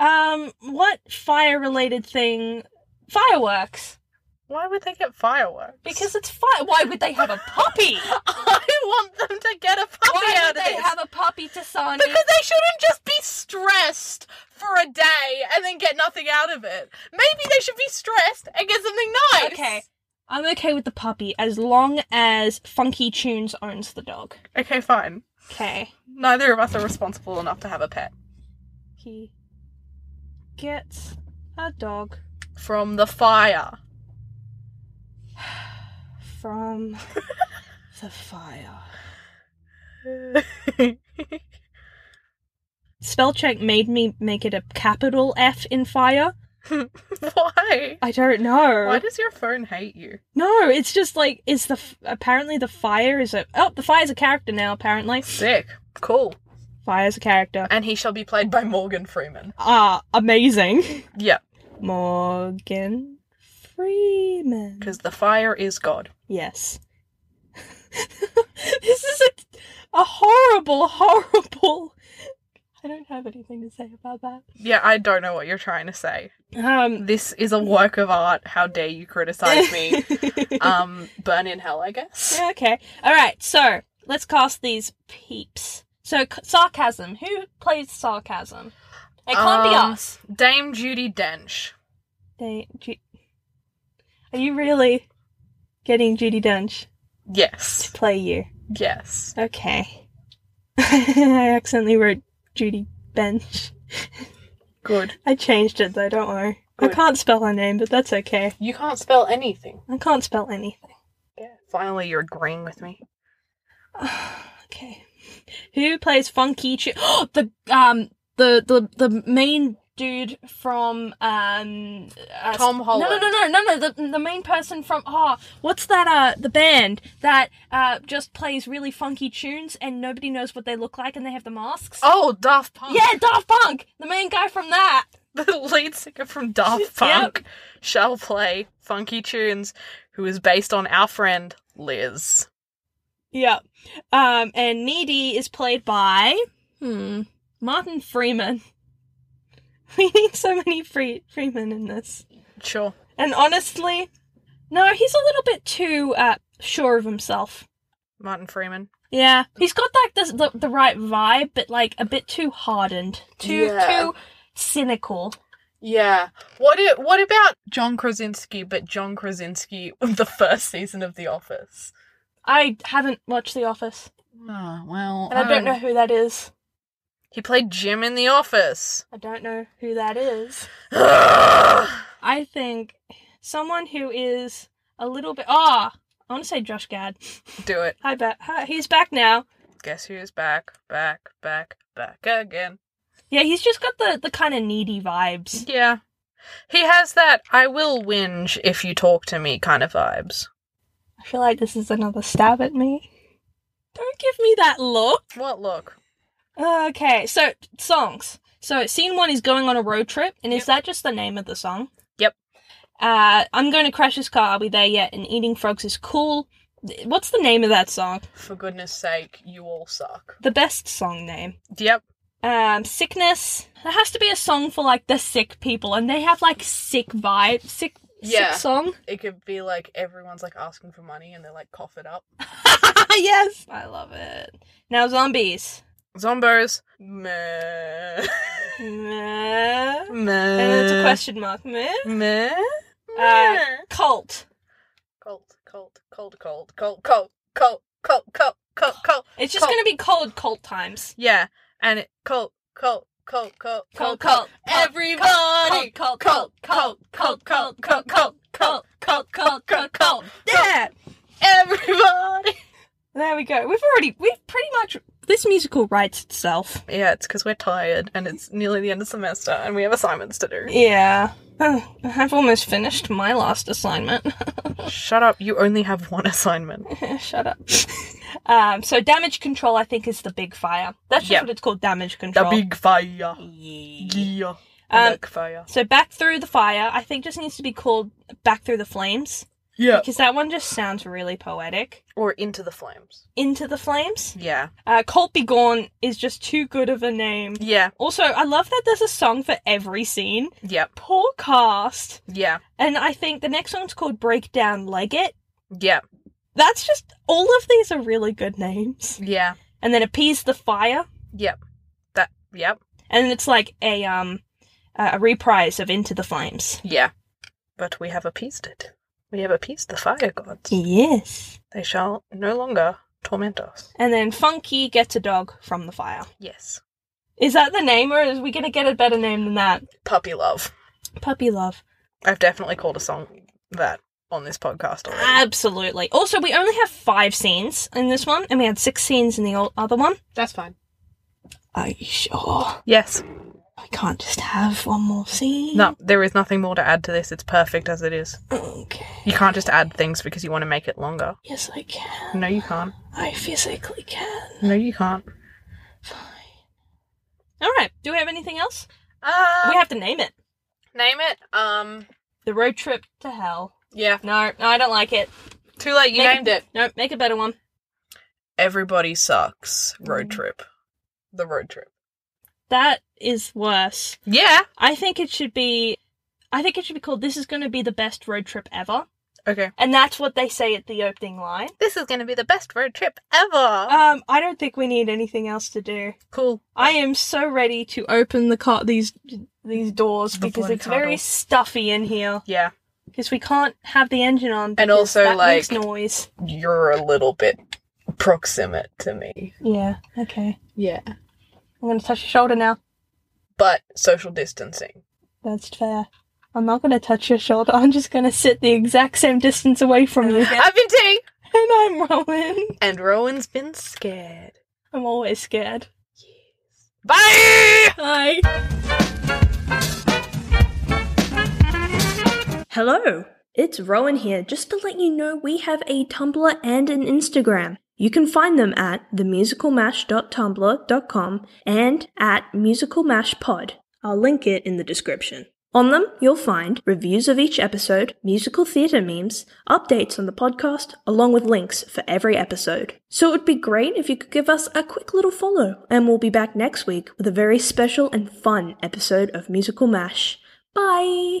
Speaker 2: Um, what fire-related thing? Fireworks,
Speaker 1: why would they get fireworks
Speaker 2: because it's fire. Why would they have a puppy?
Speaker 1: I want them to get a puppy
Speaker 2: [LAUGHS] Why
Speaker 1: out
Speaker 2: would
Speaker 1: of
Speaker 2: they
Speaker 1: this.
Speaker 2: have a puppy to sign?
Speaker 1: because they shouldn't just be stressed for a day and then get nothing out of it. Maybe they should be stressed and get something nice.
Speaker 2: Okay. I'm okay with the puppy as long as Funky Tunes owns the dog.
Speaker 1: Okay, fine.
Speaker 2: Okay.
Speaker 1: Neither of us are responsible enough to have a pet.
Speaker 2: He gets a dog
Speaker 1: From the fire. [LAUGHS]
Speaker 2: from the fire. Spell check made me make it a capital F in fire.
Speaker 1: Why?
Speaker 2: I don't know.
Speaker 1: Why does your phone hate you?
Speaker 2: no, it's just like it's the f- apparently the fire is a oh the fire's a character now apparently
Speaker 1: Sick. Cool.
Speaker 2: fire's a character
Speaker 1: And he shall be played by Morgan Freeman.
Speaker 2: ah amazing [LAUGHS]
Speaker 1: Yeah,
Speaker 2: Morgan Freeman
Speaker 1: because the fire is God.
Speaker 2: Yes. [LAUGHS] this is a, a horrible, horrible. I don't have anything to say about that.
Speaker 1: Yeah, I don't know what you're trying to say.
Speaker 2: Um,
Speaker 1: This is a work of art. How dare you criticize [LAUGHS] me? um, burn in hell, I guess.
Speaker 2: yeah, okay. All right, so let's cast these peeps. So, c- sarcasm. Who plays sarcasm? It can't be
Speaker 1: Um,
Speaker 2: us.
Speaker 1: Dame Judy Dench.
Speaker 2: They, Ju- Are you really getting Judy Dench to
Speaker 1: Yes.
Speaker 2: play you?
Speaker 1: Yes.
Speaker 2: Okay. [LAUGHS] I accidentally wrote Judy Bench.
Speaker 1: Good.
Speaker 2: I changed it though, don't worry. I
Speaker 1: Good.
Speaker 2: can't spell her name, but that's okay.
Speaker 1: You can't spell anything.
Speaker 2: I can't spell anything.
Speaker 1: Yeah. Finally, you're agreeing with me.
Speaker 2: Okay. Who plays Funky Chu? [GASPS] the um the, the the main dude from um uh,
Speaker 1: Tom Holland.
Speaker 2: No, no, no, no, no, no. The the main person from oh, what's that? Uh, the band that uh just plays really funky tunes and nobody knows what they look like and they have the masks.
Speaker 1: Oh, Daft Punk.
Speaker 2: Yeah, Daft Punk, the main guy from that.
Speaker 1: [LAUGHS] the lead singer from [LAUGHS] Daft Punk shall play Funky Tunes, who is based on our friend Liz.
Speaker 2: Yeah. Um, and Needy is played by hmm, Martin Freeman. [LAUGHS] We need so many free Freeman in this.
Speaker 1: Sure.
Speaker 2: And honestly, no, he's a little bit too uh, sure of himself.
Speaker 1: Martin Freeman.
Speaker 2: Yeah, he's got like this, the the right vibe, but like a bit too hardened, too
Speaker 1: Yeah.
Speaker 2: too cynical.
Speaker 1: Yeah. What i- what about John Krasinski, but John Krasinski [LAUGHS] of the first season of The Office?
Speaker 2: I haven't watched The Office,
Speaker 1: Oh, well.
Speaker 2: and I don't know who that is.
Speaker 1: He played Jim in The [SIGHS] Office.
Speaker 2: I don't know who that is.
Speaker 1: Ugh.
Speaker 2: I think someone who is a little bit ah, I want to say Josh Gad.
Speaker 1: Do it.
Speaker 2: Hi, ba- hi, he's back now.
Speaker 1: Guess who's back, back, back, back again.
Speaker 2: Yeah, he's just got the the kind of needy vibes.
Speaker 1: Yeah. He has that I will whinge if you talk to me kind of vibes.
Speaker 2: I feel like this is another stab at me. Don't give me that look.
Speaker 1: What look?
Speaker 2: Okay, so songs. So scene one is going on a road trip, and is that just the name of the song?
Speaker 1: Yep.
Speaker 2: Uh, I'm going to crash this car. Are we there yet? And eating frogs is cool. What's the name of that song?
Speaker 1: For goodness sake, you all suck.
Speaker 2: The best song name.
Speaker 1: Yep.
Speaker 2: um, sickness. There has to be a song for like the sick people, and they have like sick vibe, sick,
Speaker 1: Yeah.
Speaker 2: sick song. [LAUGHS]
Speaker 1: It could be like everyone's like asking for money and they like cough it up.
Speaker 2: yes, I love it. Now zombies.
Speaker 1: Zombos. Meh. [LAUGHS]
Speaker 2: Meh.
Speaker 1: Meh.
Speaker 2: And it's a question mark. Meh.
Speaker 1: Meh.
Speaker 2: Uh,
Speaker 1: Meh.
Speaker 2: cult.
Speaker 1: Cold, cold, cold, cold, cold, cold, cold, cold, cold, cold, cold.
Speaker 2: It's just gonna be cold cult times.
Speaker 1: Yeah, and it cold, cold, cold, cold,
Speaker 2: Cold cult.
Speaker 1: Everybody.
Speaker 2: Cold cult. Cold cult. Cold cult. Cold cult. Cold cult. Cold cult. Yeah.
Speaker 1: Everybody.
Speaker 2: There we go. We've already. We've pretty much. This musical writes itself.
Speaker 1: [LAUGHS] Yeah, it's because we're tired and it's nearly the end of semester and we have assignments to do.
Speaker 2: Yeah. Oh, I've almost finished my last assignment. [LAUGHS]
Speaker 1: Shut up, you only have one assignment.
Speaker 2: Shut up. um, so damage control, I think, is the big fire. That's just
Speaker 1: Yep.
Speaker 2: what it's called, damage
Speaker 1: The
Speaker 2: control.
Speaker 1: big fire.
Speaker 2: Yeah.
Speaker 1: Yeah. The
Speaker 2: Um,
Speaker 1: big fire.
Speaker 2: So back through the fire, I think, just needs to be called back through the flames
Speaker 1: Yeah.
Speaker 2: because that one just sounds really poetic.
Speaker 1: Or into the flames.
Speaker 2: Into the flames.
Speaker 1: Yeah.
Speaker 2: Uh, Colt Be Gone is just too good of a name.
Speaker 1: Yeah.
Speaker 2: Also, I love that there's a song for every scene.
Speaker 1: Yep.
Speaker 2: Poor cast.
Speaker 1: Yeah.
Speaker 2: And I think the next one's called Breakdown Leggett.
Speaker 1: Yeah.
Speaker 2: That's just all of these are really good names.
Speaker 1: Yeah.
Speaker 2: And then appease the fire.
Speaker 1: Yep. That. Yep.
Speaker 2: and it's like a um a reprise of Into the Flames.
Speaker 1: Yeah. But we have appeased it. We have appeased the fire gods.
Speaker 2: Yes.
Speaker 1: They shall no longer torment us.
Speaker 2: And then Funky gets a dog from the fire.
Speaker 1: Yes.
Speaker 2: Is that the name, or is we gonna get a better name than that?
Speaker 1: Puppy love.
Speaker 2: Puppy love.
Speaker 1: I've definitely called a song that on this podcast already.
Speaker 2: Absolutely. Also, we only have five scenes in this one, and we had six scenes in the old other one.
Speaker 1: That's fine.
Speaker 2: Are you sure?
Speaker 1: Yes.
Speaker 2: I can't just have one more scene.
Speaker 1: No, there is nothing more to add to this. It's perfect as it is.
Speaker 2: Okay.
Speaker 1: You can't just add things because you want to make it longer.
Speaker 2: Yes, I can.
Speaker 1: No, you can't.
Speaker 2: I physically can.
Speaker 1: No, you can't.
Speaker 2: Fine. All right. Do we have anything else?
Speaker 1: Uh,
Speaker 2: we have to name it.
Speaker 1: name it. Um,
Speaker 2: The road trip to hell.
Speaker 1: yeah.
Speaker 2: No, no, I don't like it.
Speaker 1: Too late. You
Speaker 2: Make
Speaker 1: named it.
Speaker 2: No, make a better one.
Speaker 1: Everybody sucks. Road trip. The road trip.
Speaker 2: That is worse.
Speaker 1: Yeah.
Speaker 2: I think it should be. I think it should be called. This is going to be the best road trip ever,
Speaker 1: Okay.
Speaker 2: and that's what they say at the opening line.
Speaker 1: This is gonna be the best road trip ever.
Speaker 2: Um, I don't think we need anything else to do.
Speaker 1: cool.
Speaker 2: I am so ready to open the car these these doors
Speaker 1: The
Speaker 2: because
Speaker 1: bloody
Speaker 2: it's
Speaker 1: car
Speaker 2: very
Speaker 1: door.
Speaker 2: stuffy in here
Speaker 1: Yeah.
Speaker 2: because we can't have the engine on
Speaker 1: And
Speaker 2: because
Speaker 1: also,
Speaker 2: that makes
Speaker 1: like-
Speaker 2: noise.
Speaker 1: You're a little bit proximate to me.
Speaker 2: Yeah. Okay.
Speaker 1: Yeah.
Speaker 2: I'm gonna touch your shoulder now.
Speaker 1: But social distancing.
Speaker 2: That's fair. I'm not gonna touch your shoulder. [LAUGHS] I'm just gonna sit the exact same distance away from you, [LAUGHS] and
Speaker 1: I've been tea.
Speaker 2: I'm rolling.
Speaker 1: And Rowan's been scared.
Speaker 2: I'm always scared.
Speaker 1: Bye.
Speaker 2: Hi. Hello, it's Rowan here. Just to let you know, we have a Tumblr and an Instagram. You can find them at themusicalmash.tumblr.com and at musicalmashpod. I'll link it in the description. On them, you'll find reviews of each episode, musical theatre memes, updates on the podcast, along with links for every episode. So it would be great if you could give us a quick little follow, and we'll be back next week with a very special and fun episode of Musical Mash. Bye!